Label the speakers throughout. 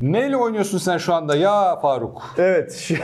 Speaker 1: Neyle oynuyorsun sen şu anda ya Faruk?
Speaker 2: Evet. şu-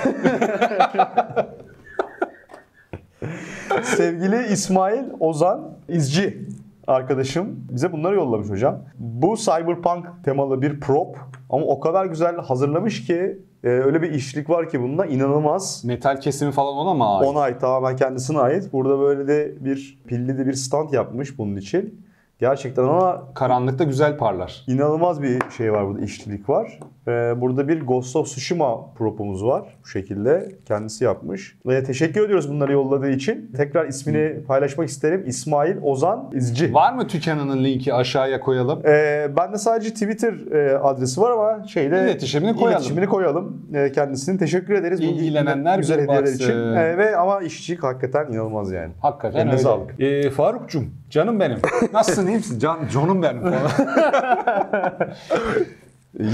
Speaker 2: Sevgili İsmail Ozan İzci arkadaşım bize bunları yollamış hocam. Bu cyberpunk temalı bir prop ama o kadar güzel hazırlamış ki e, öyle bir işlik var ki bunda inanılmaz.
Speaker 1: Metal kesimi falan ona mı ait?
Speaker 2: Ona ait tamamen kendisine ait. Burada böyle de bir pilli de bir stand yapmış bunun için. Gerçekten ama
Speaker 1: Karanlıkta güzel parlar.
Speaker 2: İnanılmaz bir şey var burada, işçilik var. Ee, burada bir Ghost of Tsushima propumuz var bu şekilde. Kendisi yapmış. Ve teşekkür ediyoruz bunları yolladığı için. Tekrar ismini paylaşmak isterim. İsmail Ozan İzci.
Speaker 1: Var mı tükeninin linki aşağıya koyalım?
Speaker 2: Ee, ben de sadece Twitter e, adresi var ama şeyde
Speaker 1: İletişimini koyalım.
Speaker 2: iletişimini koyalım. Ee, kendisine teşekkür ederiz. Bu
Speaker 1: İlgilenenler
Speaker 2: güzel
Speaker 1: bir
Speaker 2: hediyeler
Speaker 1: baksın.
Speaker 2: için. Ee, ve ama işçilik hakikaten inanılmaz yani.
Speaker 1: Hakikaten
Speaker 2: Eline
Speaker 1: öyle.
Speaker 2: sağlık.
Speaker 1: Ee, Faruk'cum canım benim. Nasılsın iyi misin? Can, canım benim falan.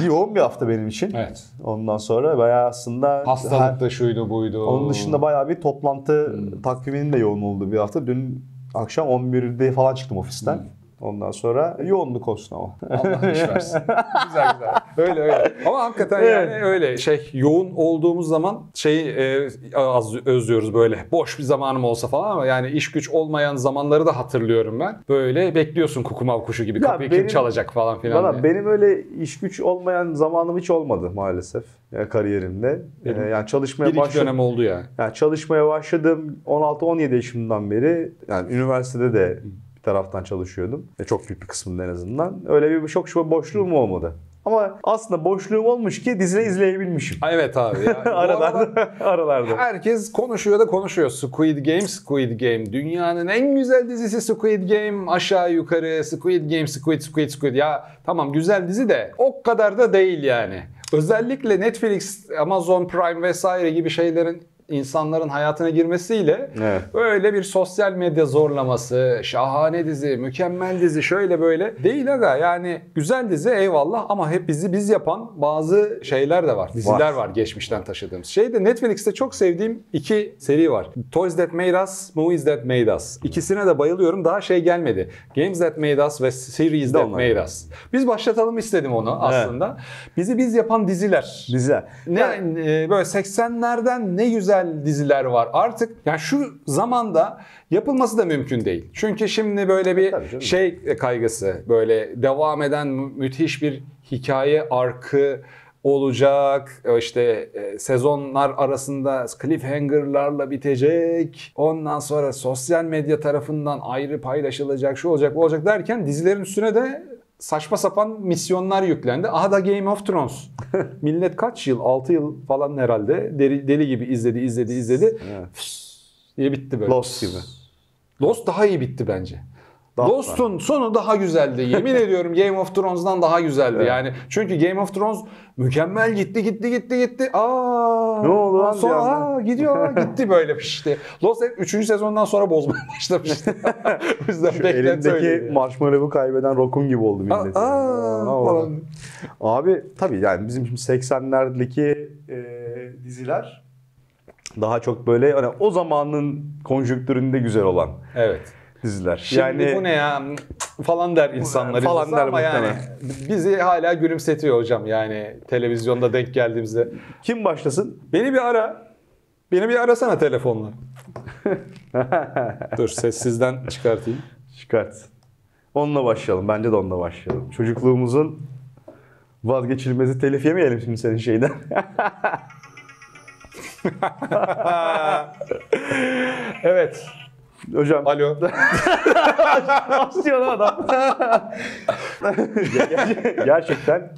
Speaker 2: Yoğun bir hafta benim için.
Speaker 1: evet.
Speaker 2: Ondan sonra bayağı aslında her-
Speaker 1: Hastalıkta şuydu buydu.
Speaker 2: Onun dışında bayağı bir toplantı
Speaker 1: Hmm.
Speaker 2: takviminin de yoğun olduğu bir hafta. Dün akşam 11'de falan çıktım ofisten.
Speaker 1: Hmm.
Speaker 2: Ondan sonra yoğunluk olsun ama.
Speaker 1: Allah iş versin. güzel güzel. Öyle öyle. Ama hakikaten yani öyle şey yoğun olduğumuz zaman şeyi e, az özlüyoruz böyle. Boş bir zamanım olsa falan ama yani iş güç olmayan zamanları da hatırlıyorum ben. Böyle bekliyorsun kukumav kuşu gibi
Speaker 2: Ya
Speaker 1: kapıyı kim
Speaker 2: benim-
Speaker 1: çalacak falan filan
Speaker 2: Valla
Speaker 1: diye.
Speaker 2: benim öyle iş güç olmayan zamanım hiç olmadı maalesef ya kariyerimde.
Speaker 1: Benim
Speaker 2: Ee, yani
Speaker 1: Bir
Speaker 2: çalışmaya
Speaker 1: iki
Speaker 2: başladım.
Speaker 1: dönem oldu ya.
Speaker 2: Yani çalışmaya başladım 16-17 yaşımdan beri. Yani üniversitede de
Speaker 1: Hmm.
Speaker 2: bir taraftan çalışıyordum. E, çok büyük bir kısmında en azından. Öyle bir çok şu
Speaker 1: Hmm.
Speaker 2: boşluğum olmadı. Ama aslında boşluğum olmuş ki dizine izleyebilmişim.
Speaker 1: Ay, Evet abi. Yani bu aralar-
Speaker 2: aralarda, aralarda.
Speaker 1: Herkes konuşuyor da konuşuyor. Squid Game, Squid Game. Dünyanın en güzel dizisi Squid Game. Aşağı yukarı Squid Game, Squid, Squid, Squid. Ya tamam güzel dizi de o kadar da değil yani. Özellikle Netflix, Amazon Prime vesaire gibi şeylerin insanların hayatına girmesiyle
Speaker 2: Evet.
Speaker 1: öyle bir sosyal medya zorlaması, şahane dizi, mükemmel dizi şöyle böyle değil aga yani güzel dizi eyvallah ama hep bizi biz yapan bazı şeyler de var. Diziler var,
Speaker 2: Var.
Speaker 1: geçmişten taşıdığımız. Şey de Netflix'te çok sevdiğim iki seri var. Toys That Made Us, Movies That Made Us. İkisine de bayılıyorum. Daha şey gelmedi. Games That Made Us ve Series
Speaker 2: De
Speaker 1: That
Speaker 2: onlar.
Speaker 1: Made Us. Biz başlatalım istedim onu aslında. Bizi biz yapan diziler.
Speaker 2: Diziler.
Speaker 1: Ne
Speaker 2: Yani-
Speaker 1: e, böyle 80'lerden ne güzel diziler var artık. Yani şu zamanda yapılması da mümkün değil. Çünkü şimdi böyle
Speaker 2: Tabii
Speaker 1: bir
Speaker 2: canım.
Speaker 1: şey kaygısı, böyle devam eden mü- müthiş bir hikaye arkı olacak. E, İşte e, sezonlar arasında cliffhanger'larla bitecek. Ondan sonra sosyal medya tarafından ayrı paylaşılacak, şu olacak, bu olacak derken dizilerin üstüne de saçma sapan misyonlar yüklendi. Aha da Game of Thrones. Millet kaç yıl? 6 yıl falan herhalde deli, deli gibi izledi, izledi, izledi.
Speaker 2: Evet.
Speaker 1: diye bitti böyle.
Speaker 2: Lost gibi.
Speaker 1: Lost daha iyi bitti bence.
Speaker 2: Daha-
Speaker 1: Lost'un sonu daha güzeldi. Yemin ediyorum Game of Thrones'dan daha güzeldi.
Speaker 2: Evet.
Speaker 1: Yani çünkü Game of Thrones mükemmel gitti gitti gitti gitti. Aa!
Speaker 2: Ne oldu lan
Speaker 1: Sonra
Speaker 2: bir anda?
Speaker 1: aa, gidiyor aa, gitti böyle işte. Lost 3. sezondan sonra bozmaya başlamıştı. o yüzden
Speaker 2: Şu
Speaker 1: beklenti
Speaker 2: elindeki
Speaker 1: öyleydi.
Speaker 2: marshmallow'u kaybeden Rock'un gibi oldu
Speaker 1: Aa,
Speaker 2: millet.
Speaker 1: aa,
Speaker 2: Ne oldu?
Speaker 1: falan.
Speaker 2: Abi tabii yani bizim şimdi 80'lerdeki e, diziler daha çok böyle hani o zamanın konjonktüründe güzel olan
Speaker 1: Evet.
Speaker 2: diziler.
Speaker 1: Şimdi bu ne ya falan der insanlar
Speaker 2: Falan
Speaker 1: izlese
Speaker 2: der
Speaker 1: ama yani
Speaker 2: muhtemelen.
Speaker 1: bizi hala gülümsetiyor hocam yani televizyonda denk geldiğimizde.
Speaker 2: Kim başlasın?
Speaker 1: Beni bir ara. Beni bir arasana telefonla. Dur sessizden çıkartayım.
Speaker 2: Çıkart. Onunla başlayalım. Bence de onunla başlayalım. Çocukluğumuzun vazgeçilmezi telif yemeyelim şimdi senin şeyden.
Speaker 1: Evet.
Speaker 2: Hocam
Speaker 1: Alo.
Speaker 2: Asıyor lan adam. Ger- Gerçekten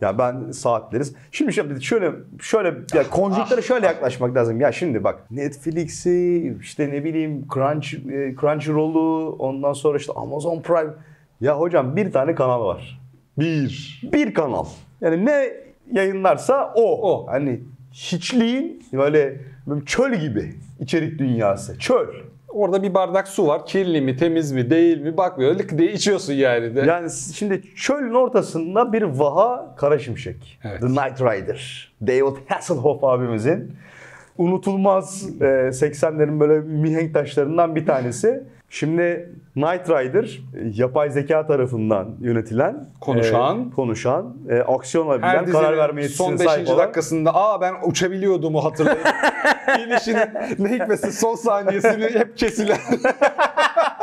Speaker 2: ya ben saatleriz. Şimdi şöyle şöyle şöyle ya konjüktöre şöyle yaklaşmak lazım. Ya şimdi bak Netflix'i işte ne bileyim Crunch e, Crunchyroll'u ondan sonra işte Amazon Prime. Ya hocam bir tane kanal var.
Speaker 1: Bir.
Speaker 2: Bir kanal. Yani ne yayınlarsa o.
Speaker 1: O.
Speaker 2: Hani hiçliğin böyle, böyle çöl gibi içerik dünyası. Çöl.
Speaker 1: Orada bir bardak su var. Kirli mi, temiz mi, değil mi bakmıyor. Lık diye içiyorsun yani. De.
Speaker 2: Yani şimdi çölün ortasında bir vaha kara şimşek.
Speaker 1: Evet.
Speaker 2: The Knight Rider. David Hasselhoff abimizin unutulmaz e, 80'lerin böyle mihenk taşlarından bir tanesi. Şimdi Knight Rider yapay zeka tarafından yönetilen,
Speaker 1: Konuşan.
Speaker 2: e, konuşan, e, aksiyon alabilen,
Speaker 1: dizinin
Speaker 2: karar verme
Speaker 1: son
Speaker 2: yetisine
Speaker 1: 5.
Speaker 2: sahip olan
Speaker 1: dakikasında aa ben uçabiliyordumu hatırlayıp inişinin ne hikmetse son saniyesini hep kesilen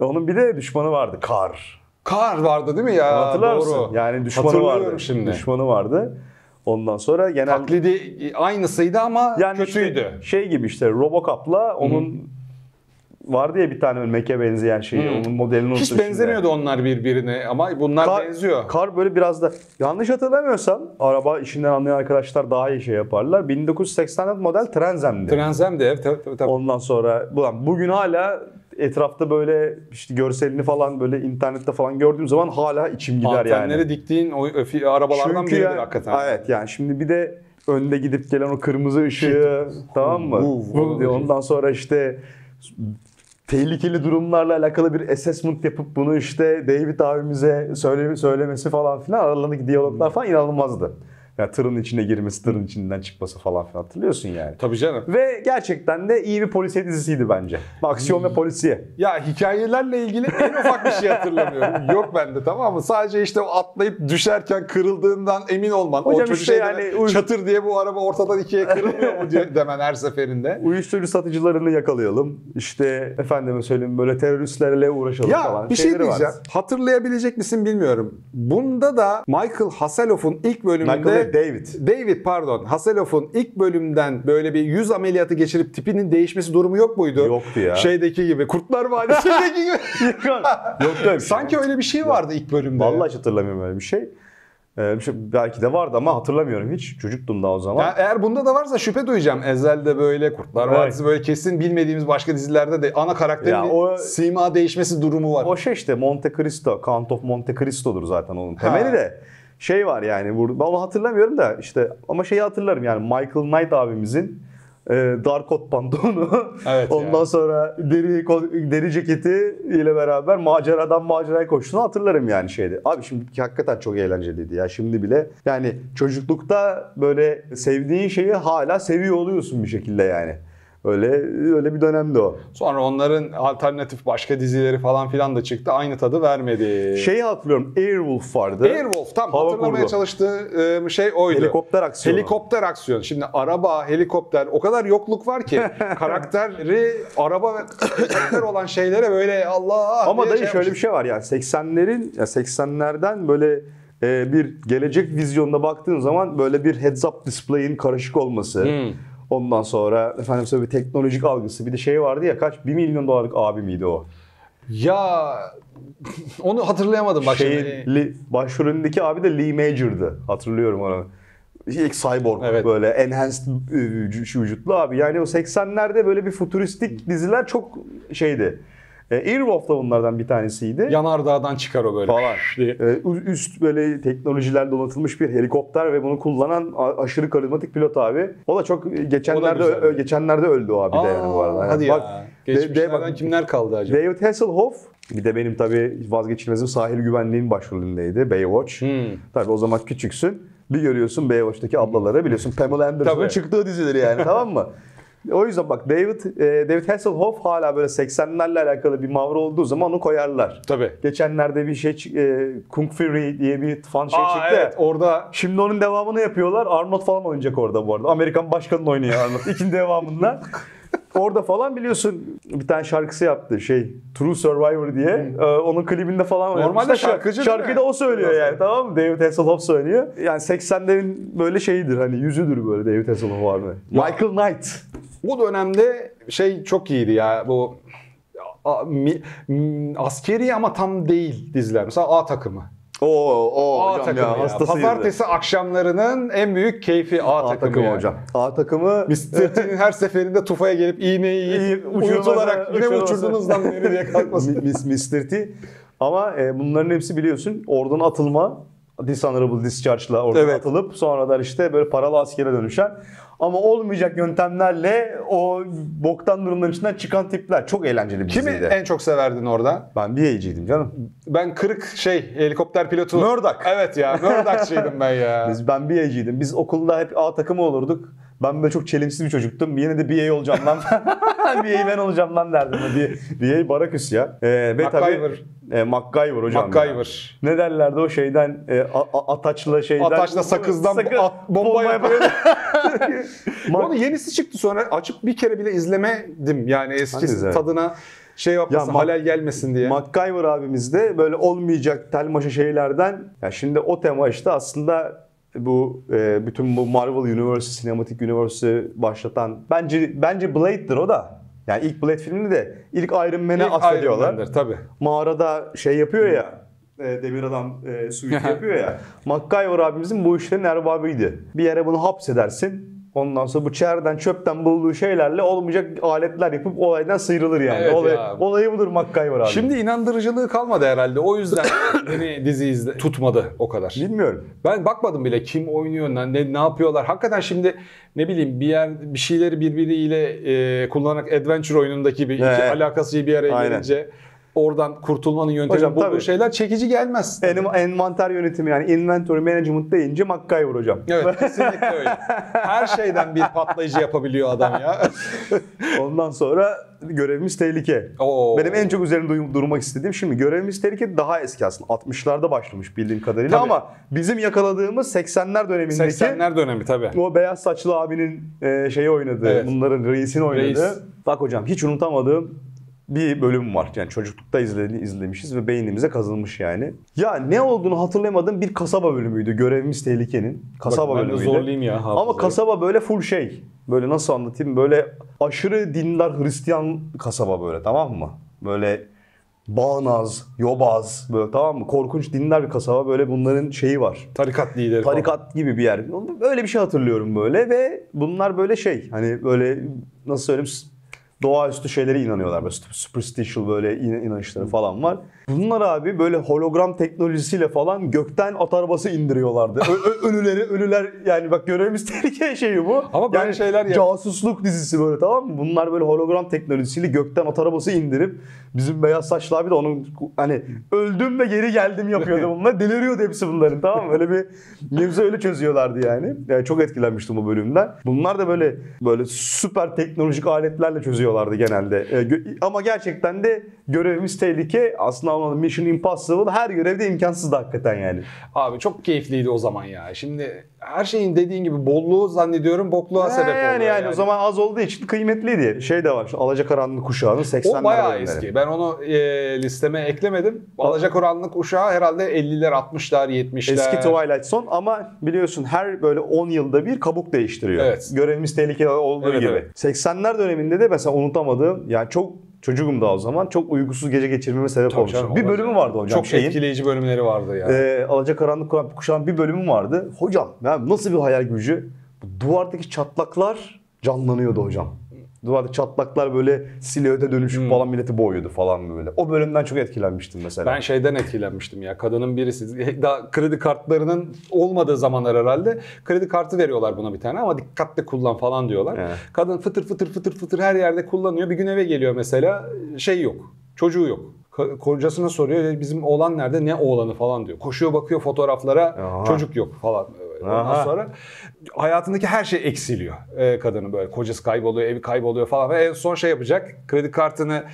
Speaker 2: Onun bir de düşmanı vardı. Kar.
Speaker 1: kar vardı değil mi ya?
Speaker 2: Hatırlar
Speaker 1: Doğru.
Speaker 2: mısın? Yani düşmanı
Speaker 1: Hatırlıyorum
Speaker 2: vardı.
Speaker 1: şimdi.
Speaker 2: Düşmanı vardı. Ondan sonra genel
Speaker 1: Taklidi aynısıydı ama
Speaker 2: yani işte
Speaker 1: kötüydü.
Speaker 2: şey gibi işte Robocop'la onun vardı ya bir tane meke benzeyen şeyi.
Speaker 1: Hı.
Speaker 2: Onun modelini unuttum.
Speaker 1: Hiç
Speaker 2: şimdi.
Speaker 1: benzemiyordu onlar birbirine ama bunlar
Speaker 2: Kar,
Speaker 1: benziyor.
Speaker 2: kar böyle biraz da yanlış hatırlamıyorsam araba işinden anlayan arkadaşlar daha iyi şey yaparlar. 1984 model Transam'di.
Speaker 1: Trenzem de evet, tabii tabii. tabii.
Speaker 2: Ondan sonra ulan bugün hala etrafta böyle işte görselini falan böyle internette falan gördüğüm zaman hala içim gider yani.
Speaker 1: Antenleri diktiğin o öfi- arabalardan biridir
Speaker 2: ya-
Speaker 1: hakikaten.
Speaker 2: Evet yani şimdi bir de önde gidip gelen o kırmızı ışığı tamam mı?
Speaker 1: Vuv, vuv.
Speaker 2: Diyor. Ondan sonra işte tehlikeli durumlarla alakalı bir assessment yapıp bunu işte David abimize söyle, söylemesi falan filan aralarındaki diyaloglar falan inanılmazdı. Yani tırın içine girmesi, tırın içinden çıkması falan filan hatırlıyorsun yani.
Speaker 1: Tabii canım.
Speaker 2: Ve gerçekten de iyi bir polisiye dizisiydi bence. Aksiyon ve polisiye.
Speaker 1: Ya hikayelerle ilgili en ufak bir şey hatırlamıyorum. Yok bende tamam mı? Sadece işte o atlayıp düşerken kırıldığından emin olman. o
Speaker 2: Hocam
Speaker 1: çocuğu
Speaker 2: işte
Speaker 1: şey
Speaker 2: yani
Speaker 1: demen,
Speaker 2: uy-
Speaker 1: çatır diye bu araba ortadan ikiye kırılmıyor mu diye demen her seferinde.
Speaker 2: Uyuşturucu satıcılarını yakalayalım. İşte efendime söyleyeyim böyle teröristlerle uğraşalım
Speaker 1: Ya
Speaker 2: falan.
Speaker 1: bir şey
Speaker 2: şeyleri vardı.
Speaker 1: diyeceğim. Hatırlayabilecek misin bilmiyorum. Bunda da Michael Hasselhoff'un ilk bölümünde
Speaker 2: Michael ve David.
Speaker 1: David pardon Hasselhoff'un ilk bölümden böyle bir yüz ameliyatı geçirip tipinin değişmesi durumu yok Şey- muydu?
Speaker 2: Yoktu ya.
Speaker 1: Şeydeki gibi Kurtlar Vadisi'ndeki gibi.
Speaker 2: Yok yok.
Speaker 1: Sanki öyle bir şey vardı ilk bölümde.
Speaker 2: Vallahi hiç hatırlamıyorum öyle bir şey. Ee, bir şey. Belki de vardı ama hatırlamıyorum hiç. Çocuktum daha o zaman.
Speaker 1: Ya eğer bunda da varsa şüphe duyacağım. Ezel'de böyle, Kurtlar
Speaker 2: Evet.
Speaker 1: Vadisi böyle kesin bilmediğimiz başka dizilerde de ana karakterin
Speaker 2: Ya
Speaker 1: bir
Speaker 2: o-
Speaker 1: sima değişmesi durumu var.
Speaker 2: O şey işte Monte Cristo, Count of Monte Cristo'dur zaten onun temeli
Speaker 1: Ha.
Speaker 2: de. Şey var yani burada ben onu hatırlamıyorum da işte ama şeyi hatırlarım yani Michael Knight abimizin e, dar kot pantolonu.
Speaker 1: Evet
Speaker 2: Ondan
Speaker 1: ya.
Speaker 2: sonra deri ko- deri ceketi ile beraber maceradan maceraya koştuğunu hatırlarım yani şeyde. Abi şimdi hakikaten çok eğlenceliydi ya şimdi bile. Yani çocuklukta böyle sevdiğin şeyi hala seviyor oluyorsun bir şekilde yani. Öyle öyle bir dönemdi o.
Speaker 1: Sonra onların alternatif başka dizileri falan filan da çıktı. Aynı tadı vermedi.
Speaker 2: Şeyi hatırlıyorum Airwolf vardı.
Speaker 1: Ee, Airwolf tam
Speaker 2: Hava
Speaker 1: hatırlamaya
Speaker 2: kurdu.
Speaker 1: çalıştığı e, şey oydu.
Speaker 2: Helikopter aksiyonu.
Speaker 1: Helikopter aksiyonu. Şimdi araba, helikopter o kadar yokluk var ki karakteri araba ve helikopter olan şeylere böyle Allah
Speaker 2: Ama
Speaker 1: diye
Speaker 2: dayı şöyle bir
Speaker 1: yapmış.
Speaker 2: şey var yani 80'lerin ya 80'lerden böyle e, bir gelecek vizyonuna baktığın zaman böyle bir heads up display'in karışık olması.
Speaker 1: Hmm.
Speaker 2: Ondan sonra efendim söyle bir teknolojik algısı. Bir de şey vardı ya kaç 1 milyon dolarlık abi miydi o?
Speaker 1: Ya onu hatırlayamadım bak
Speaker 2: Şeyin
Speaker 1: şimdi.
Speaker 2: Li- başrolündeki abi de Lee Major'dı. Hatırlıyorum onu. İlk cyborg
Speaker 1: Evet.
Speaker 2: böyle enhanced e, vüc- şu vücutlu abi. Yani o 80'lerde böyle bir futuristik diziler çok şeydi. E, Airwolf da bunlardan bir tanesiydi.
Speaker 1: Yanardağ'dan çıkar o böyle.
Speaker 2: Falan.
Speaker 1: diye.
Speaker 2: Ee, ü- üst böyle teknolojiler donatılmış bir helikopter ve bunu kullanan a- aşırı karizmatik pilot abi. O da çok e, geçenlerde
Speaker 1: güzel.
Speaker 2: ö- geçenlerde öldü o abi de yani bu arada. Yani
Speaker 1: Hadi
Speaker 2: bak,
Speaker 1: ya.
Speaker 2: de- de-
Speaker 1: Geçmişlerden
Speaker 2: bak,
Speaker 1: kimler kaldı acaba?
Speaker 2: David Hasselhoff bir de benim tabii vazgeçilmezim sahil güvenliğin başrolündeydi Baywatch.
Speaker 1: Hmm.
Speaker 2: Tabii o zaman küçüksün. Bir görüyorsun Baywatch'taki ablaları biliyorsun Pamela Anderson'ın
Speaker 1: Tabii.
Speaker 2: çıktığı dizileri yani tamam mı? O yüzden bak David e, David Hasselhoff hala böyle 80'lerle alakalı bir mavra olduğu zaman onu koyarlar.
Speaker 1: Tabii.
Speaker 2: Geçenlerde bir şey çı- e, Kung Fury diye bir fan şey
Speaker 1: Aa,
Speaker 2: çıktı. ya.
Speaker 1: evet orada
Speaker 2: Şimdi onun devamını yapıyorlar. Arnold falan oynayacak orada bu arada. Amerikan başkanını oynuyor Arnold. İkinci devamında. Orada falan biliyorsun bir tane şarkısı yaptı şey True Survivor diye. Ee, onun klibinde falan
Speaker 1: Normalde
Speaker 2: oynatmışlar.
Speaker 1: şarkıcı değil
Speaker 2: Şarkıyı
Speaker 1: mi?
Speaker 2: da o söylüyor yani
Speaker 1: Nasıl?
Speaker 2: tamam mı? David Hasselhoff söylüyor. Yani 80'lerin böyle şeyidir hani yüzüdür böyle David Hasselhoff var mı? Michael Knight.
Speaker 1: bu dönemde şey çok iyiydi ya bu a- mi- m- askeri ama tam değil diziler. Mesela A takımı.
Speaker 2: Oo, oo
Speaker 1: A takımı ya. Pazartesi akşamlarının en büyük keyfi A,
Speaker 2: A takımı,
Speaker 1: takımı yani.
Speaker 2: hocam. A takımı
Speaker 1: Biz Tırtı'nın her seferinde tufaya gelip iğneyi yiyip
Speaker 2: İyi, uçurması-
Speaker 1: uyutularak yine mi
Speaker 2: uçurması."
Speaker 1: uçurdunuz lan beni diye kalkmasın.
Speaker 2: Mis, Mr. T. Ama e, bunların hepsi biliyorsun oradan atılma dishonorable discharge'la oradan
Speaker 1: Evet.
Speaker 2: atılıp sonradan işte böyle paralı askere dönüşen ama olmayacak yöntemlerle o boktan durumların içinden çıkan tipler. Çok eğlenceli bir
Speaker 1: Kimi
Speaker 2: diziydi.
Speaker 1: en çok severdin orada?
Speaker 2: Ben bir yayıcıydım canım.
Speaker 1: Ben kırık şey helikopter pilotu.
Speaker 2: Murdoch.
Speaker 1: Evet ya Murdoch'çıydım ben ya.
Speaker 2: Biz, ben bir yayıcıydım. Biz okulda hep A takımı olurduk. Ben böyle çok çelimsiz bir çocuktum. Yine de BA olacağım lan. BA ben olacağım lan derdim. BA, BA Barakus ya. Ee, ve
Speaker 1: MacGyver.
Speaker 2: tabii e, MacGyver hocam. ya.
Speaker 1: MacGyver.
Speaker 2: Ne derlerdi o şeyden e, a- a- ataçla şeyden.
Speaker 1: Ataçla sakızdan
Speaker 2: Sakı-
Speaker 1: at- bomba yapıyor.
Speaker 2: Ma-
Speaker 1: Onun yenisi çıktı sonra açıp bir kere bile izlemedim. Yani eskisi
Speaker 2: Hangisi?
Speaker 1: tadına şey yapmasın,
Speaker 2: Ya Mac-
Speaker 1: halel gelmesin diye.
Speaker 2: MacGyver abimiz de böyle olmayacak tel maşa şeylerden. Ya şimdi o tema işte aslında bu e, bütün bu Marvel Universe, Cinematic Universe'ı başlatan bence bence Blade'dir o da. Yani ilk Blade filmini de ilk Iron Man'e
Speaker 1: İlk Iron
Speaker 2: atfediyorlar.
Speaker 1: Man'dir, tabii.
Speaker 2: Mağarada şey yapıyor ya. e, Demir adam e, suiti yapıyor ya. MacGyver abimizin bu işlerin erbabıydı. Bir yere bunu hapsedersin. Ondan sonra bu çerden çöpten bulduğu şeylerle olmayacak aletler yapıp olaydan sıyrılır yani.
Speaker 1: Evet
Speaker 2: Olay-
Speaker 1: ya.
Speaker 2: Olayı budur MacGyver abi.
Speaker 1: Şimdi inandırıcılığı kalmadı herhalde. O yüzden beni dizi izle tutmadı o kadar.
Speaker 2: Bilmiyorum.
Speaker 1: Ben bakmadım bile kim oynuyor lan, ne ne yapıyorlar. Hakikaten şimdi ne bileyim bir yer bir şeyleri birbiriyle e, kullanarak adventure oyunundaki bir iki
Speaker 2: Evet.
Speaker 1: alakası bir araya
Speaker 2: Aynen.
Speaker 1: gelince oradan kurtulmanın yöntemi
Speaker 2: Hocam,
Speaker 1: bulduğu
Speaker 2: tabii.
Speaker 1: şeyler çekici gelmez.
Speaker 2: Enim- envanter yönetimi yani inventory management deyince MacGyver hocam.
Speaker 1: Evet kesinlikle öyle. Her şeyden bir patlayıcı yapabiliyor adam ya.
Speaker 2: Ondan sonra görevimiz tehlike.
Speaker 1: Oo.
Speaker 2: Benim en çok üzerinde duy- durmak istediğim şimdi görevimiz tehlike daha eski aslında. 60'larda başlamış bildiğim kadarıyla
Speaker 1: Tabii.
Speaker 2: ama bizim yakaladığımız 80'ler dönemindeki
Speaker 1: 80'ler dönemi tabii.
Speaker 2: o beyaz saçlı abinin e, şeyi oynadığı,
Speaker 1: Evet.
Speaker 2: bunların reisini oynadığı.
Speaker 1: Reis.
Speaker 2: Bak hocam hiç unutamadığım bir bölüm var. Yani çocuklukta izledi, izlemişiz ve beynimize kazınmış yani. Ya ne olduğunu hatırlayamadığım bir kasaba bölümüydü. Görevimiz tehlikenin. Kasaba
Speaker 1: Bak, ben de
Speaker 2: bölümüydü.
Speaker 1: zorlayayım ya hafızayı.
Speaker 2: Ama kasaba böyle full şey. Böyle nasıl anlatayım? Böyle aşırı dindar Hristiyan kasaba böyle tamam mı? Böyle bağnaz, yobaz böyle tamam mı? Korkunç dindar bir kasaba böyle bunların şeyi var.
Speaker 1: Tarikat lideri falan.
Speaker 2: Tarikat gibi bir yer. Öyle bir şey hatırlıyorum böyle ve bunlar böyle şey hani böyle nasıl söyleyeyim s- doğaüstü şeylere inanıyorlar. Böyle stu- superstitial böyle in- inançları falan var. Bunlar abi böyle hologram teknolojisiyle falan gökten at arabası indiriyorlardı. Ö- ö- ölüleri ölüler yani bak görevimiz tehlike şeyi bu.
Speaker 1: Ama böyle
Speaker 2: yani
Speaker 1: şeyler ya-
Speaker 2: Casusluk dizisi böyle tamam mı? Bunlar böyle hologram teknolojisiyle gökten at arabası indirip bizim beyaz saçlı abi de onun hani öldüm ve geri geldim yapıyordu bunlar. Deliriyordu hepsi bunların tamam mı? Öyle bir mevzu öyle çözüyorlardı yani. yani. Çok etkilenmiştim bu bölümden. Bunlar da böyle böyle süper teknolojik aletlerle çözüyorlardı genelde. E, gö- ama gerçekten de görevimiz tehlike. Aslında anladım Mission Impossible her görevde imkansızdı hakikaten yani.
Speaker 1: Abi çok keyifliydi o zaman ya. Şimdi her şeyin dediğin gibi bolluğu zannediyorum bokluğa
Speaker 2: Ha,
Speaker 1: sebep
Speaker 2: yani,
Speaker 1: oluyor.
Speaker 2: Ee, yani, o zaman az olduğu için kıymetliydi. Şey de var şu Alacakaranlık kuşağının 80'ler
Speaker 1: O bayağı
Speaker 2: bölümleri.
Speaker 1: eski. Ben onu e, listeme eklemedim. Alacakaranlık uşağı herhalde 50'ler, 60'lar, 70'ler.
Speaker 2: Eski Twilight Son ama biliyorsun her böyle 10 yılda bir kabuk değiştiriyor.
Speaker 1: Evet.
Speaker 2: Görevimiz tehlikeli olduğu
Speaker 1: Evet,
Speaker 2: gibi.
Speaker 1: evet.
Speaker 2: 80'ler döneminde de mesela unutamadığım yani çok çocuğum da o zaman çok uykusuz gece geçirmeme sebep
Speaker 1: Tabii
Speaker 2: olmuş.
Speaker 1: canım,
Speaker 2: Bir
Speaker 1: olmaz
Speaker 2: bölümü
Speaker 1: yani.
Speaker 2: vardı hocam
Speaker 1: Çok etkileyici bölümleri vardı yani.
Speaker 2: e, Alacakaranlık Kuran- Kuşağı'nın bir bölümü vardı. Hocam ya nasıl bir hayal gücü? Bu Duvardaki çatlaklar canlanıyordu hocam. Duvardaki çatlaklar böyle silüete
Speaker 1: Hmm.
Speaker 2: dönüşüp falan milleti boğuyordu falan böyle. O bölümden çok etkilenmiştim mesela.
Speaker 1: Ben şeyden etkilenmiştim ya. Kadının birisi daha kredi kartlarının olmadığı zamanlar herhalde kredi kartı veriyorlar buna bir tane ama dikkatli kullan falan diyorlar.
Speaker 2: Evet.
Speaker 1: Kadın fıtır fıtır fıtır fıtır her yerde kullanıyor. Bir gün eve geliyor mesela şey yok. Çocuğu yok. Ka- Kocasına soruyor "E, bizim oğlan nerede? Ne oğlanı falan diyor. Koşuyor bakıyor fotoğraflara
Speaker 2: Aha.
Speaker 1: çocuk yok falan. Ondan
Speaker 2: Aha.
Speaker 1: sonra hayatındaki her şey eksiliyor e, kadının böyle. Kocası kayboluyor, evi kayboluyor falan. Ve en son şey yapacak. Kredi kartını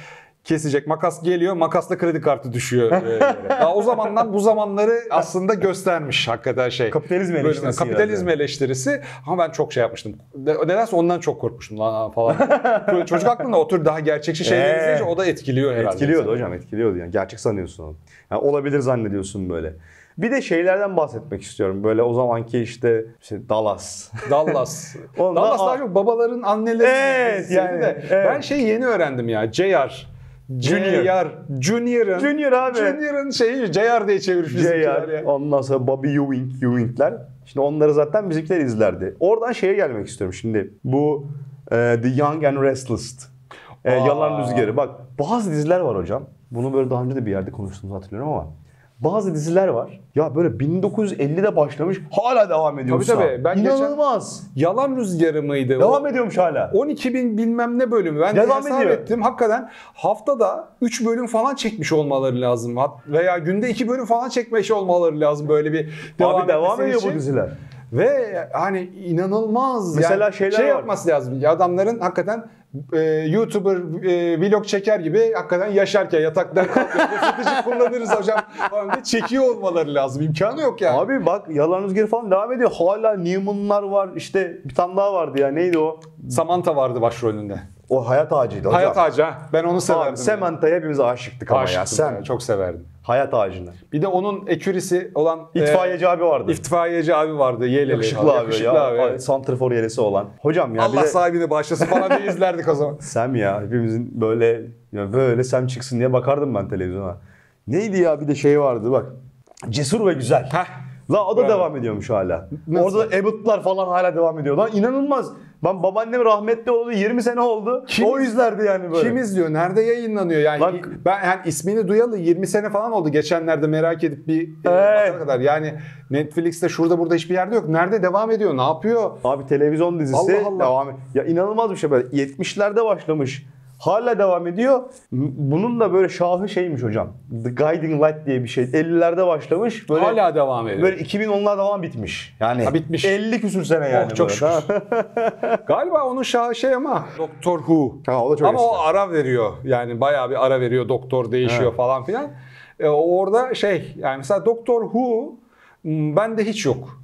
Speaker 1: kesecek. Makas geliyor. Makasla kredi kartı düşüyor. e, yere. Daha o zamandan bu zamanları aslında göstermiş hakikaten şey.
Speaker 2: Kapitalizm
Speaker 1: Bölümden.
Speaker 2: eleştirisi
Speaker 1: Kapitalizm
Speaker 2: herhalde.
Speaker 1: eleştirisi. Ama ben çok şey yapmıştım. Ne- Nedense ondan çok korkmuştum lan falan. Böyle Çocuk aklında otur daha gerçekçi şeyler
Speaker 2: Ee.
Speaker 1: izleyince o da etkiliyor herhalde.
Speaker 2: Etkiliyordu
Speaker 1: insanı.
Speaker 2: hocam etkiliyordu yani gerçek sanıyorsun onu. Yani olabilir zannediyorsun böyle. Bir de şeylerden bahsetmek istiyorum. Böyle o zamanki işte, işte Dallas.
Speaker 1: Dallas.
Speaker 2: Ondan-
Speaker 1: Dallas daha çok babaların annelerinin
Speaker 2: Evet,
Speaker 1: dizisiydi
Speaker 2: yani,
Speaker 1: de.
Speaker 2: evet.
Speaker 1: Ben şey yeni öğrendim ya. JR. Junior.
Speaker 2: Junior.
Speaker 1: Junior'ın.
Speaker 2: Junior abi.
Speaker 1: Junior'ın şeyi JR diye çevirmiş bizimkiler
Speaker 2: JR,
Speaker 1: ya.
Speaker 2: ondan sonra Bobby Ewing, Ewing'ler. Şimdi onları zaten bizimkiler izlerdi. Oradan şeye gelmek istiyorum şimdi. Bu e, The Young and Restless. E,
Speaker 1: Aa.
Speaker 2: Yalan Rüzgarı. Bak bazı diziler var hocam. Bunu böyle daha önce de bir yerde konuştuğumuzu hatırlıyorum ama. Bazı diziler var. Ya böyle 1950'de başlamış hala devam ediyormuş.
Speaker 1: Tabii tabii.
Speaker 2: ha.
Speaker 1: Ben geçen-
Speaker 2: İnanılmaz.
Speaker 1: Yalan rüzgarı mıydı?
Speaker 2: Devam ediyormuş hala.
Speaker 1: 12 bin bilmem ne bölümü. Ben
Speaker 2: Devam
Speaker 1: de hesap
Speaker 2: ediyor.
Speaker 1: ettim. Hakikaten haftada 3 bölüm falan çekmiş olmaları lazım. Hat- Veya günde 2 bölüm falan çekmiş olmaları lazım böyle bir devam,
Speaker 2: Abi devam
Speaker 1: etmesi
Speaker 2: ediyor
Speaker 1: için.
Speaker 2: bu diziler.
Speaker 1: Ve hani inanılmaz
Speaker 2: Mesela
Speaker 1: yani
Speaker 2: şeyler
Speaker 1: şey
Speaker 2: var.
Speaker 1: yapması lazım. Ya Adamların hakikaten e, YouTuber e, vlog çeker gibi hakikaten yaşarken yataktan kalkıyor. Isıtıcı kullanırız hocam falan diye çekiyor olmaları lazım. İmkanı yok yani.
Speaker 2: Abi bak yalan rüzgarı falan devam ediyor. Hala Newman'lar var. İşte bir tane daha vardı ya. Neydi o?
Speaker 1: Samantha vardı başrolünde.
Speaker 2: O hayat ağacıydı hocam.
Speaker 1: Hayat Ağacı ha. Ben onu severdim.
Speaker 2: Abi, Sementa'ya hepimiz aşıktık ama ya.
Speaker 1: Aşıktım
Speaker 2: Sen
Speaker 1: yani, Çok severdim.
Speaker 2: hayat ağacına.
Speaker 1: Bir de onun ekürisi olan e,
Speaker 2: İtfaiyeci abi vardı.
Speaker 1: itfaiyeci abi vardı. Yeleli.
Speaker 2: Yakışıklı abi,
Speaker 1: Yakışıklı
Speaker 2: ya.
Speaker 1: abi,
Speaker 2: Abi,
Speaker 1: evet.
Speaker 2: Santrafor yerisi olan. Hocam ya bir
Speaker 1: Allah
Speaker 2: de
Speaker 1: sahibini bağışlasın falan diye izlerdik o zaman.
Speaker 2: Sem ya hepimizin böyle ya böyle Sem çıksın diye bakardım ben televizyona. Neydi ya bir de şey vardı bak. Cesur ve güzel.
Speaker 1: Heh.
Speaker 2: La o da
Speaker 1: Bravo.
Speaker 2: devam ediyormuş hala.
Speaker 1: Nasıl?
Speaker 2: Orada Abbott'lar falan hala devam ediyor. Lan inanılmaz. Ben babaannem rahmetli oldu 20 sene oldu.
Speaker 1: Kim-
Speaker 2: o izlerdi yani böyle.
Speaker 1: Kim izliyor? Nerede yayınlanıyor? Yani
Speaker 2: Bak-
Speaker 1: i- ben yani ismini duyalı 20 sene falan oldu geçenlerde merak edip bir e,
Speaker 2: Evet.
Speaker 1: bakana kadar. Yani Netflix'te şurada burada hiçbir yerde yok. Nerede devam ediyor? Ne yapıyor?
Speaker 2: Abi televizyon dizisi
Speaker 1: Allah Allah.
Speaker 2: devam Ya inanılmaz bir şey böyle. 70'lerde başlamış. Hala devam ediyor. M- Bunun da böyle şahı şeymiş hocam. The Guiding Light diye bir şey. 50'lerde başlamış. Böyle,
Speaker 1: Hala devam ediyor.
Speaker 2: Böyle 2010'larda falan bitmiş. Yani
Speaker 1: Ha, bitmiş.
Speaker 2: 50 küsür sene yani.
Speaker 1: Oh, çok
Speaker 2: böyle,
Speaker 1: şükür.
Speaker 2: tamam.
Speaker 1: Galiba onun şahı şey ama Doktor Who.
Speaker 2: Ha, o da çok
Speaker 1: ama
Speaker 2: eski.
Speaker 1: o ara veriyor. Yani bayağı bir ara veriyor. Doktor değişiyor falan filan. E, orada şey yani mesela Doktor Who m, bende hiç yok.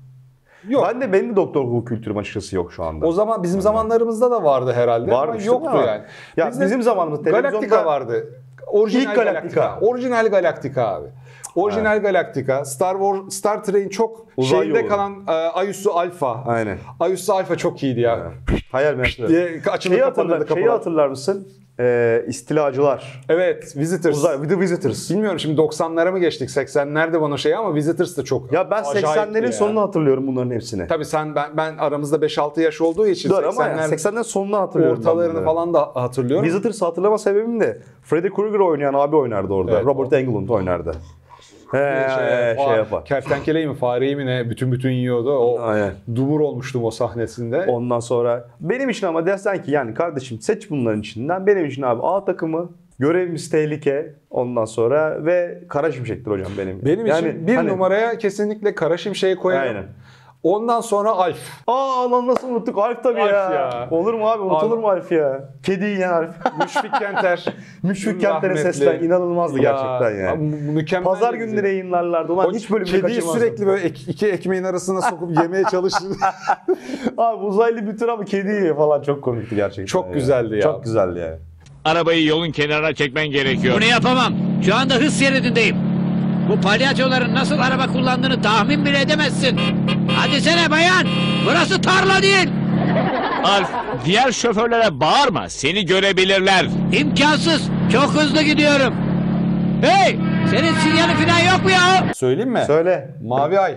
Speaker 1: Yok.
Speaker 2: Ben de benim de Doktor Who kültürüm açıkçası yok şu anda.
Speaker 1: O zaman bizim zamanlarımızda da vardı herhalde
Speaker 2: Varmış
Speaker 1: ama
Speaker 2: değil mi
Speaker 1: yoktu
Speaker 2: ama?
Speaker 1: yani.
Speaker 2: Ya bizim zamanımızda televizyonda-
Speaker 1: Galaktika vardı. Orijinal
Speaker 2: İlk Galactica.
Speaker 1: Galaktika. Orijinal Galaktika abi. Orijinal Galaktika, Star War, Star Trek'in çok
Speaker 2: Uzay
Speaker 1: şeyinde
Speaker 2: yolu.
Speaker 1: kalan e, Ayusu Alfa.
Speaker 2: Aynen.
Speaker 1: Ayusu Alfa çok iyiydi ya.
Speaker 2: Hayal meyalleri.
Speaker 1: Diye açılır
Speaker 2: Şeyi,
Speaker 1: kapanırdı
Speaker 2: hatırlar, şeyi
Speaker 1: kapılar.
Speaker 2: hatırlar mısın? Ee, istilacılar.
Speaker 1: Evet, Visitors.
Speaker 2: Uzay, The Visitors.
Speaker 1: Bilmiyorum şimdi 90'lara mı geçtik? 80'lerde bunun şeyi ama Visitors da çok
Speaker 2: Ya ben
Speaker 1: acayipti
Speaker 2: 80'lerin
Speaker 1: ya.
Speaker 2: sonunu hatırlıyorum bunların hepsini.
Speaker 1: Tabii sen ben, ben aramızda 5-6 yaş olduğu için
Speaker 2: Dur ama yani
Speaker 1: 80'ler
Speaker 2: 80'lerin sonunu hatırlıyorum. ben
Speaker 1: ortalarını
Speaker 2: bunları.
Speaker 1: falan da hatırlıyorum.
Speaker 2: Visitors'ı hatırlama sebebim de Freddy Krueger oynayan abi oynardı orada.
Speaker 1: Evet,
Speaker 2: Robert Englund oynardı. He,
Speaker 1: şey,
Speaker 2: şey,
Speaker 1: fa-
Speaker 2: yapar.
Speaker 1: Kertenkeleyi mi fareyi mi ne bütün bütün yiyordu. O
Speaker 2: Aynen.
Speaker 1: dumur olmuştum o sahnesinde.
Speaker 2: Ondan sonra benim için ama dersen ki yani kardeşim seç bunların içinden. Benim için abi A takımı, görevimiz tehlike ondan sonra ve Kara Şimşek'tir hocam benim.
Speaker 1: Benim
Speaker 2: yani,
Speaker 1: için bir
Speaker 2: hani-
Speaker 1: numaraya kesinlikle Kara Şimşek'i koyarım.
Speaker 2: Aynen.
Speaker 1: Ondan sonra Alf.
Speaker 2: Aa lan nasıl unuttuk Alf tabii
Speaker 1: Alf
Speaker 2: ya.
Speaker 1: ya.
Speaker 2: Olur mu abi unutulur
Speaker 1: Abi-
Speaker 2: mu Alf ya? Kedi yiyen Alf.
Speaker 1: Müşfik Kenter.
Speaker 2: Müşfik Kenter'in
Speaker 1: Rahmetli.
Speaker 2: sesler inanılmazdı
Speaker 1: Ya,
Speaker 2: gerçekten yani.
Speaker 1: mü- Mükemmel
Speaker 2: Pazar
Speaker 1: bir
Speaker 2: günleri
Speaker 1: dizi.
Speaker 2: yayınlarlardı.
Speaker 1: O
Speaker 2: Ulan hiç bölümünü
Speaker 1: kediyi
Speaker 2: kaçırmazdım.
Speaker 1: sürekli böyle ek- iki ekmeğin arasına sokup yemeye çalıştı.
Speaker 2: Abi uzaylı bütün ama kedi yiyor falan çok komikti gerçekten.
Speaker 1: Çok
Speaker 2: ya.
Speaker 1: güzeldi ya.
Speaker 2: Çok güzeldi yani.
Speaker 3: Arabayı yolun kenarına çekmen gerekiyor.
Speaker 4: Bunu yapamam. Şu anda hız şeridindeyim. Bu palyaçoların nasıl araba kullandığını tahmin bile edemezsin. Hadi sene bayan. Burası tarla değil.
Speaker 3: Alf, diğer şoförlere bağırma. Seni görebilirler.
Speaker 4: İmkansız. Çok hızlı gidiyorum. Hey! Senin sinyali falan yok mu ya?
Speaker 1: Söyleyeyim mi?
Speaker 2: Söyle.
Speaker 1: Mavi Ay.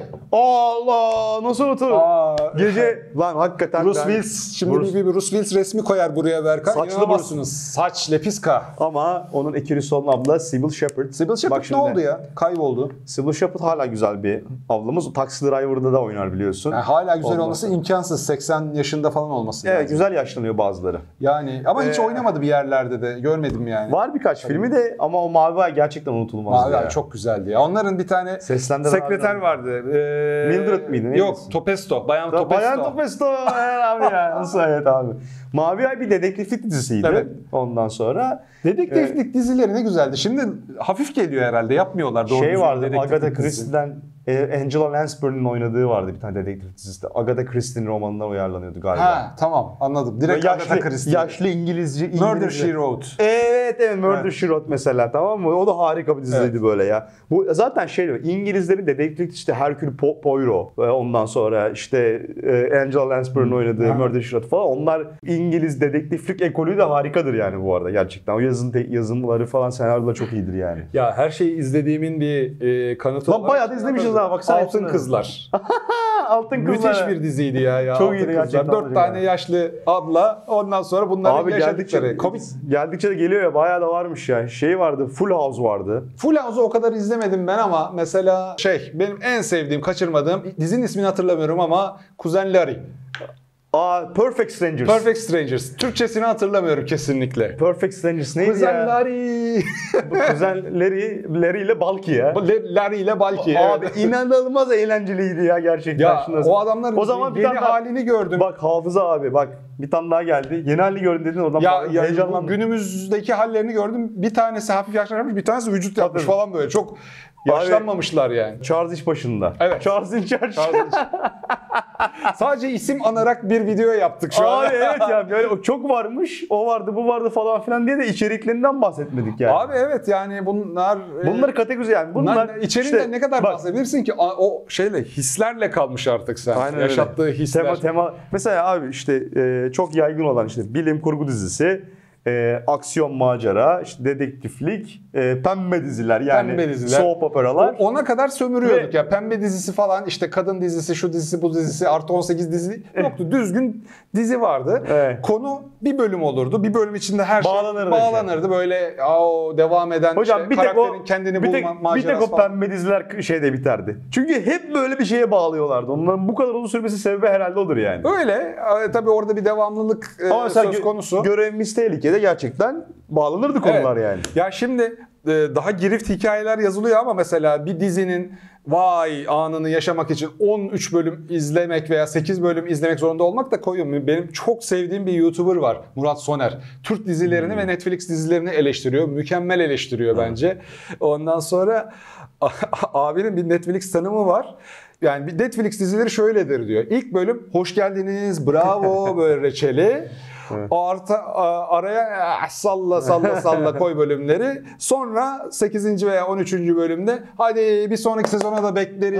Speaker 2: Allah nasıl unutur?
Speaker 1: Aa,
Speaker 2: Gece lan hakikaten
Speaker 1: Bruce
Speaker 2: ben-
Speaker 1: Willis. Şimdi
Speaker 2: Bruce-
Speaker 1: bir, bir Bruce Willis resmi koyar buraya Berkan.
Speaker 2: Saçlı
Speaker 1: İnanamazsınız. Saç, lepiska.
Speaker 2: Ama onun ekürüsü olan abla Sybil Shepherd.
Speaker 1: Sybil
Speaker 2: Bak
Speaker 1: Shepherd ne
Speaker 2: şimdi,
Speaker 1: oldu ya? Kayboldu.
Speaker 2: Sybil Shepherd hala güzel bir ablamız. Taxi Driver'da da oynar biliyorsun.
Speaker 1: Yani E, hala güzel
Speaker 2: Olmaz.
Speaker 1: olması imkansız. 80 yaşında falan olması
Speaker 2: Evet
Speaker 1: lazım.
Speaker 2: güzel yaşlanıyor bazıları.
Speaker 1: Yani ama hiç
Speaker 2: Ee,
Speaker 1: oynamadı bir yerlerde de. Görmedim yani.
Speaker 2: Var birkaç filmi de ama o Mavi Ay gerçekten unutulmazdı
Speaker 1: Mavi Ay
Speaker 2: ya.
Speaker 1: çok güzeldi ya. Onların bir tane
Speaker 2: Seslendiren
Speaker 1: sekreter
Speaker 2: harbiden-
Speaker 1: vardı. Ee,
Speaker 2: Mildred miydi, neydi
Speaker 1: Yok,
Speaker 2: ismi?
Speaker 1: Topesto. Bayan
Speaker 2: Ya,
Speaker 1: Topesto.
Speaker 2: Bayan Topesto evet abi ya. Nasıl evet abi. Mavi Ay bir dedektiflik dizisiydi.
Speaker 1: Evet.
Speaker 2: Ondan sonra e,
Speaker 1: Dedektiflik dizileri ne güzeldi. Şimdi hafif geliyor herhalde. Yapmıyorlar doğru
Speaker 2: şey
Speaker 1: düzgün
Speaker 2: vardı
Speaker 1: dedektiflik
Speaker 2: Agatha
Speaker 1: dizisi.
Speaker 2: Christie'den e, Angela Lansbury'nin oynadığı vardı bir tane dedektif dizisi. de. Agatha Christie'nin romanından uyarlanıyordu galiba.
Speaker 1: Ha tamam anladım. Direkt
Speaker 2: Böyle
Speaker 1: Agatha Christie.
Speaker 2: yaşlı İngilizce, İngilizce.
Speaker 1: Murder She Wrote.
Speaker 2: Evet evet Murder
Speaker 1: Evet.
Speaker 2: She Wrote mesela tamam mı? O da harika bir diziydi
Speaker 1: Evet.
Speaker 2: böyle ya. Bu zaten şey diyor, İngilizlerin dedektiflik işte Hercule Po- Poirot ve ondan sonra işte e, Angela Lansbury'nin oynadığı
Speaker 1: Ha.
Speaker 2: Murder She Wrote falan onlar İngiliz dedektiflik ekolü de harikadır yani bu arada gerçekten. O yazın te- yazımları falan senaryolar çok iyidir yani.
Speaker 1: Ya her şeyi izlediğimin bir e, kanıtı
Speaker 2: Lan
Speaker 1: olarak-
Speaker 2: bayağı da izlemişiz ha, baksana
Speaker 1: Altın
Speaker 2: hepsini.
Speaker 1: Kızlar.
Speaker 2: Altın
Speaker 1: Müthiş bir diziydi ya. ya
Speaker 2: Çok
Speaker 1: Altın
Speaker 2: iyiydi
Speaker 1: Kızlar.
Speaker 2: gerçekten
Speaker 1: Dört
Speaker 2: hocam
Speaker 1: tane
Speaker 2: ya.
Speaker 1: yaşlı abla ondan sonra bunların
Speaker 2: Abi
Speaker 1: yaşadıkları.
Speaker 2: geldikçe,
Speaker 1: Komik.
Speaker 2: geldikçe de geliyor ya bayağı da varmış ya. Şey vardı Full House vardı.
Speaker 1: Full House'u o kadar izlemedim ben ama mesela şey benim en sevdiğim kaçırmadığım dizinin ismini hatırlamıyorum ama Kuzen Larry.
Speaker 2: Aa Perfect Strangers.
Speaker 1: Perfect Strangers. Türkçesini hatırlamıyorum kesinlikle.
Speaker 2: Perfect Strangers neydi ya?
Speaker 1: Kuzenleri.
Speaker 2: Kuzenleri Larry ile Balki ya.
Speaker 1: Larry ile Balki.
Speaker 2: Abi
Speaker 1: evet.
Speaker 2: inanılmaz eğlenceliydi ya gerçekten.
Speaker 1: Ya
Speaker 2: Şuna-
Speaker 1: o adamların
Speaker 2: o zaman bir
Speaker 1: yeni
Speaker 2: tane daha-
Speaker 1: halini gördüm.
Speaker 2: Bak Hafıza abi bak bir tane daha geldi. Yeni halini gördün dedin oradan
Speaker 1: ya,
Speaker 2: bak-
Speaker 1: ya bu
Speaker 2: heyecanlandım.
Speaker 1: günümüzdeki hallerini gördüm. Bir tanesi hafif yaşlanmış, bir tanesi vücut yapmış
Speaker 2: Tabii.
Speaker 1: falan böyle. Çok yaşlanmamışlar yani.
Speaker 2: Charles iş başında.
Speaker 1: Evet.
Speaker 2: Charles in Charge.
Speaker 1: Sadece isim anarak bir video yaptık şu an.
Speaker 2: Abi evet ya böyle o çok varmış. O vardı bu vardı falan filan diye de içeriklerinden bahsetmedik yani.
Speaker 1: Abi evet yani bunlar e,
Speaker 2: Bunları kategorize yani. Bunlar,
Speaker 1: bunlar içeriğinde
Speaker 2: işte
Speaker 1: ne kadar
Speaker 2: bak,
Speaker 1: bahsedebilirsin ki A- o şeyle hislerle kalmış artık sen.
Speaker 2: Aynen öyle.
Speaker 1: Yaşattığı hisler.
Speaker 2: Tema, tema. Mesela abi işte e, çok yaygın olan işte bilim kurgu dizisi, e, aksiyon macera, işte dedektiflik, e, pembe diziler yani
Speaker 1: Pembe diziler.
Speaker 2: soap operalar.
Speaker 1: O- ona kadar sömürüyorduk
Speaker 2: Ve-
Speaker 1: ya. Pembe dizisi falan işte kadın dizisi, şu dizisi, bu dizisi, artı 18 dizi
Speaker 2: Eh.
Speaker 1: yoktu. Düzgün dizi vardı.
Speaker 2: Evet.
Speaker 1: Konu bir bölüm olurdu. Bir bölüm içinde her şey
Speaker 2: Eh. Bağlanırdı
Speaker 1: bağlanırdı. Böyle o devam eden
Speaker 2: Hocam
Speaker 1: işte
Speaker 2: bir tek
Speaker 1: karakterin
Speaker 2: o
Speaker 1: kendini
Speaker 2: bir
Speaker 1: bulma
Speaker 2: tek, bir
Speaker 1: macerası
Speaker 2: tek o
Speaker 1: falan.
Speaker 2: pembe diziler şeyde biterdi. Çünkü hep böyle bir şeye bağlıyorlardı. Onların bu kadar uzun sürmesi sebebi herhalde odur yani.
Speaker 1: Öyle. E, tabii orada bir devamlılık e,
Speaker 2: Ama mesela
Speaker 1: söz
Speaker 2: gö-
Speaker 1: konusu.
Speaker 2: görevimiz tehlikede gerçekten bağlanırdı konular
Speaker 1: Evet.
Speaker 2: yani.
Speaker 1: Ya şimdi e, daha girift hikayeler yazılıyor ama mesela bir dizinin vay anını yaşamak için 13 bölüm izlemek veya 8 bölüm izlemek zorunda olmak da koyuyor. Benim çok sevdiğim bir YouTuber var Murat Soner. Türk dizilerini ve Netflix dizilerini eleştiriyor. Mükemmel eleştiriyor bence. Ondan sonra abinin bir Netflix tanımı var. Yani bir Netflix dizileri şöyledir diyor. İlk bölüm hoş geldiniz, bravo böyle reçeli. Arta, a- araya ah, salla salla salla koy bölümleri. Sonra 8. veya 13. bölümde hadi bir sonraki sezona da bekleriz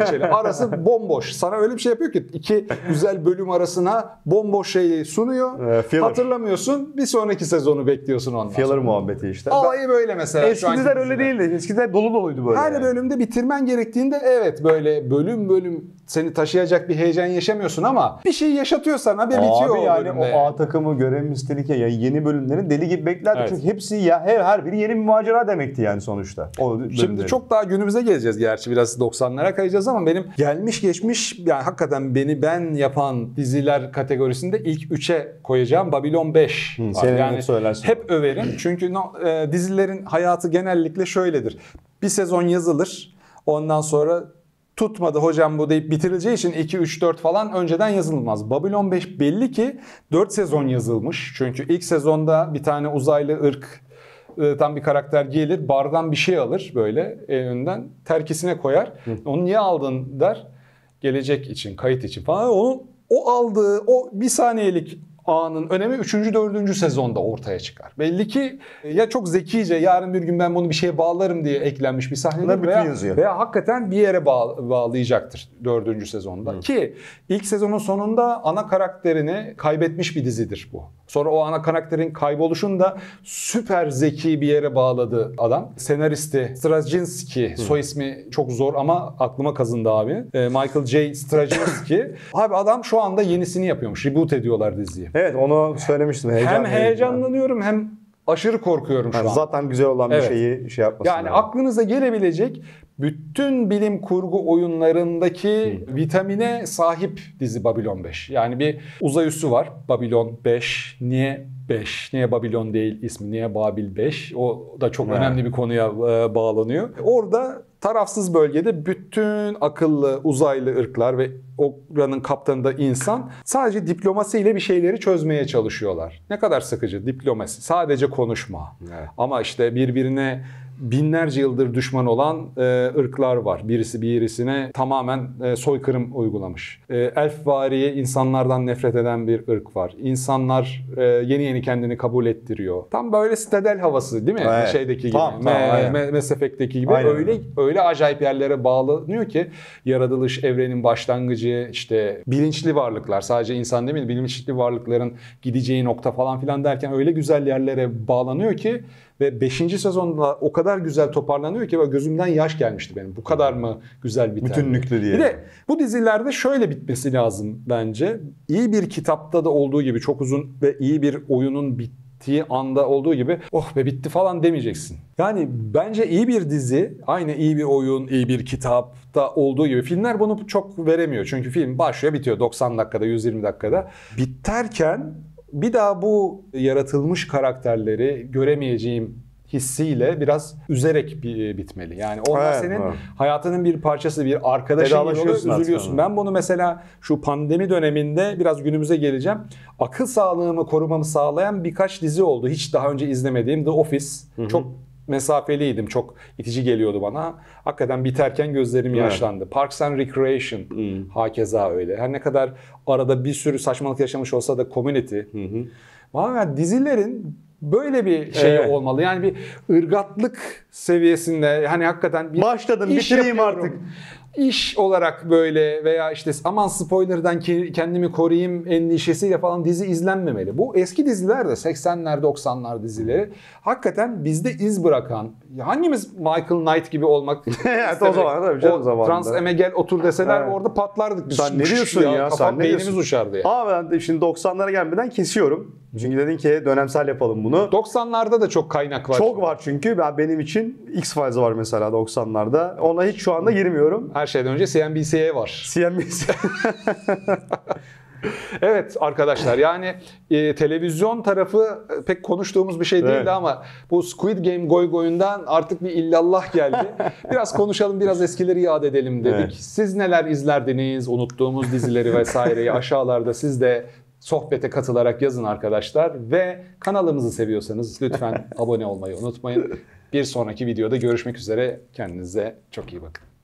Speaker 1: reçeli. Arası bomboş. Sana öyle bir şey yapıyor ki iki güzel bölüm arasına bomboş şeyi sunuyor.
Speaker 2: Ee, filler.
Speaker 1: Hatırlamıyorsun. Bir sonraki sezonu bekliyorsun ondan sonra.
Speaker 2: Fiyalır muhabbeti işte. Ben-
Speaker 1: Olayı böyle mesela. şu anki
Speaker 2: Eskiler öyle
Speaker 1: dizide.
Speaker 2: değildi. Eskiler dolu doluydu böyle.
Speaker 1: Her
Speaker 2: yani.
Speaker 1: bölümde bitirmen gerektiğinde evet böyle bölüm bölüm seni taşıyacak bir heyecan yaşamıyorsun ama bir şey yaşatıyor sana ve bitiyor
Speaker 2: Abi
Speaker 1: o
Speaker 2: yani
Speaker 1: bölümde.
Speaker 2: o A takımı görevimiz tehlike ya yeni bölümlerin deli gibi beklerdi.
Speaker 1: Evet.
Speaker 2: Çünkü hepsi ya her her biri yeni bir macera demekti yani sonuçta. O
Speaker 1: Şimdi
Speaker 2: bölümlerin.
Speaker 1: çok daha günümüze geleceğiz gerçi biraz 90'lara kayacağız ama benim gelmiş geçmiş yani hakikaten beni ben yapan diziler kategorisinde ilk 3'e koyacağım Babilon 5. var.
Speaker 2: senin
Speaker 1: yani
Speaker 2: hep söylersin.
Speaker 1: hep överim çünkü no- e, dizilerin hayatı genellikle şöyledir. Bir sezon yazılır ondan sonra tutmadı hocam bu deyip bitirileceği için 2 3 4 falan önceden yazılmaz. Babylon 5 belli ki 4 sezon yazılmış. Çünkü ilk sezonda bir tane uzaylı ırk e, tam bir karakter gelir bardan bir şey alır böyle elinden terkisine koyar. Onu niye aldın der. Gelecek için, kayıt için falan. Onun o aldığı o bir saniyelik anın önemi 3. 4. sezonda ortaya çıkar. Belli ki e, ya çok zekice yarın bir gün ben bunu bir şeye bağlarım diye eklenmiş bir
Speaker 2: Bunlar
Speaker 1: sahne
Speaker 2: bütün
Speaker 1: veya,
Speaker 2: yazıyor.
Speaker 1: veya hakikaten bir yere bağ- bağlayacaktır 4. sezonda. Ki ilk sezonun sonunda ana karakterini kaybetmiş bir dizidir bu. Sonra o ana karakterin kayboluşunu da süper zeki bir yere bağladı adam. Senaristi Straczynski, soy ismi çok zor ama aklıma kazındı abi. Ee, Michael J. Straczynski. abi adam şu anda yenisini yapıyormuş. Reboot ediyorlar diziyi.
Speaker 2: Evet onu söylemiştim. Heyecan
Speaker 1: hem
Speaker 2: verici.
Speaker 1: heyecanlanıyorum hem aşırı korkuyorum şu
Speaker 2: Yani
Speaker 1: an.
Speaker 2: zaten güzel olan bir
Speaker 1: Evet.
Speaker 2: şeyi şey yapmasın.
Speaker 1: Yani aklınıza gelebilecek bütün bilim kurgu oyunlarındaki vitamine sahip dizi Babilon 5. Yani bir uzay üssü var. Babilon 5. Niye 5? Niye Babilon değil ismi? Niye Babil 5? O da çok
Speaker 2: Evet.
Speaker 1: önemli bir konuya e, bağlanıyor. Orada tarafsız bölgede bütün akıllı uzaylı ırklar ve oranın kaptanı da insan sadece diplomasiyle bir şeyleri çözmeye çalışıyorlar. Ne kadar sıkıcı diplomasi. Sadece konuşma.
Speaker 2: Evet.
Speaker 1: Ama işte birbirine binlerce yıldır düşman olan e, ırklar var. Birisi birisine tamamen e, soykırım uygulamış. E, elfvari insanlardan nefret eden bir ırk var. İnsanlar e, yeni yeni kendini kabul ettiriyor. Tam böyle Stadel havası değil mi?
Speaker 2: Evet.
Speaker 1: Şeydeki gibi.
Speaker 2: Tam, tam,
Speaker 1: Me-
Speaker 2: aynen.
Speaker 1: me- Mass Effect'teki gibi
Speaker 2: Aynen
Speaker 1: öyle
Speaker 2: öyle.
Speaker 1: öyle acayip yerlere bağlanıyor ki yaratılış, evrenin başlangıcı, işte bilinçli varlıklar sadece insan değil mi? Bilinçli varlıkların gideceği nokta falan filan derken öyle güzel yerlere bağlanıyor ki ve 5. sezonda o kadar güzel toparlanıyor ki böyle gözümden yaş gelmişti benim. Bu kadar mı güzel biter?
Speaker 2: Bütünlüklü diye.
Speaker 1: Bir de bu dizilerde şöyle bitmesi lazım bence. İyi bir kitapta da olduğu gibi çok uzun ve iyi bir oyunun bittiği bittiği anda olduğu gibi oh be bitti falan demeyeceksin. Yani bence iyi bir dizi, aynı iyi bir oyun, iyi bir kitapta olduğu gibi filmler bunu çok veremiyor. Çünkü film başlıyor bitiyor 90 dakikada, 120 dakikada. Biterken bir daha bu yaratılmış karakterleri göremeyeceğim hissiyle biraz üzerek bi- bitmeli. Yani onlar
Speaker 2: Evet,
Speaker 1: senin
Speaker 2: evet.
Speaker 1: hayatının bir parçası, bir arkadaşın gibi oluyor,
Speaker 2: Vedalaşıyorsun artık
Speaker 1: üzülüyorsun.
Speaker 2: onunla.
Speaker 1: Ben bunu mesela şu pandemi döneminde biraz günümüze geleceğim. Akıl sağlığımı korumamı sağlayan birkaç dizi oldu. Hiç daha önce izlemediğim The Office. Çok mesafeliydim. Çok itici geliyordu bana. Hakikaten biterken gözlerim yaşlandı. Parks and Recreation hakeza öyle. Her ne kadar arada bir sürü saçmalık yaşamış olsa da Community. Valla dizilerin böyle bir şey
Speaker 2: Evet.
Speaker 1: olmalı. Yani bir ırgatlık seviyesinde hani hakikaten bir
Speaker 2: Başladım,
Speaker 1: iş
Speaker 2: bitireyim
Speaker 1: yapıyorum.
Speaker 2: artık.
Speaker 1: İş olarak böyle veya işte aman spoilerdan ki- kendimi koruyayım endişesiyle falan dizi izlenmemeli. Bu eski diziler de 80'ler 90'lar dizileri hakikaten bizde iz bırakan ya hangimiz Michael Knight gibi olmak
Speaker 2: Evet, o zaman tabii canım,
Speaker 1: o
Speaker 2: zamanında.
Speaker 1: trans eme gel otur deseler
Speaker 2: Evet.
Speaker 1: orada patlardık biz.
Speaker 2: Sen ne diyorsun ya?
Speaker 1: Kafam
Speaker 2: Sen ne
Speaker 1: beynimiz
Speaker 2: diyorsun?
Speaker 1: uçardı ya.
Speaker 2: Ama ben de şimdi 90'lara gelmeden kesiyorum. Çünkü dedin ki dönemsel yapalım bunu.
Speaker 1: 90'larda da çok kaynak var.
Speaker 2: Çok var çünkü. Ben benim için X-Files var mesela 90'larda. Ona hiç şu anda girmiyorum.
Speaker 1: Her şeyden önce CNBC'ye var.
Speaker 2: CNBC.
Speaker 1: Evet arkadaşlar yani e, televizyon tarafı e, pek konuştuğumuz bir şey değildi
Speaker 2: Evet.
Speaker 1: ama bu Squid Game goy goyundan artık bir illallah geldi. biraz konuşalım biraz eskileri yad edelim dedik.
Speaker 2: Evet.
Speaker 1: Siz neler izlerdiniz unuttuğumuz dizileri vesaireyi aşağılarda siz de sohbete katılarak yazın arkadaşlar ve kanalımızı seviyorsanız lütfen abone olmayı unutmayın. Bir sonraki videoda görüşmek üzere. Kendinize çok iyi bakın.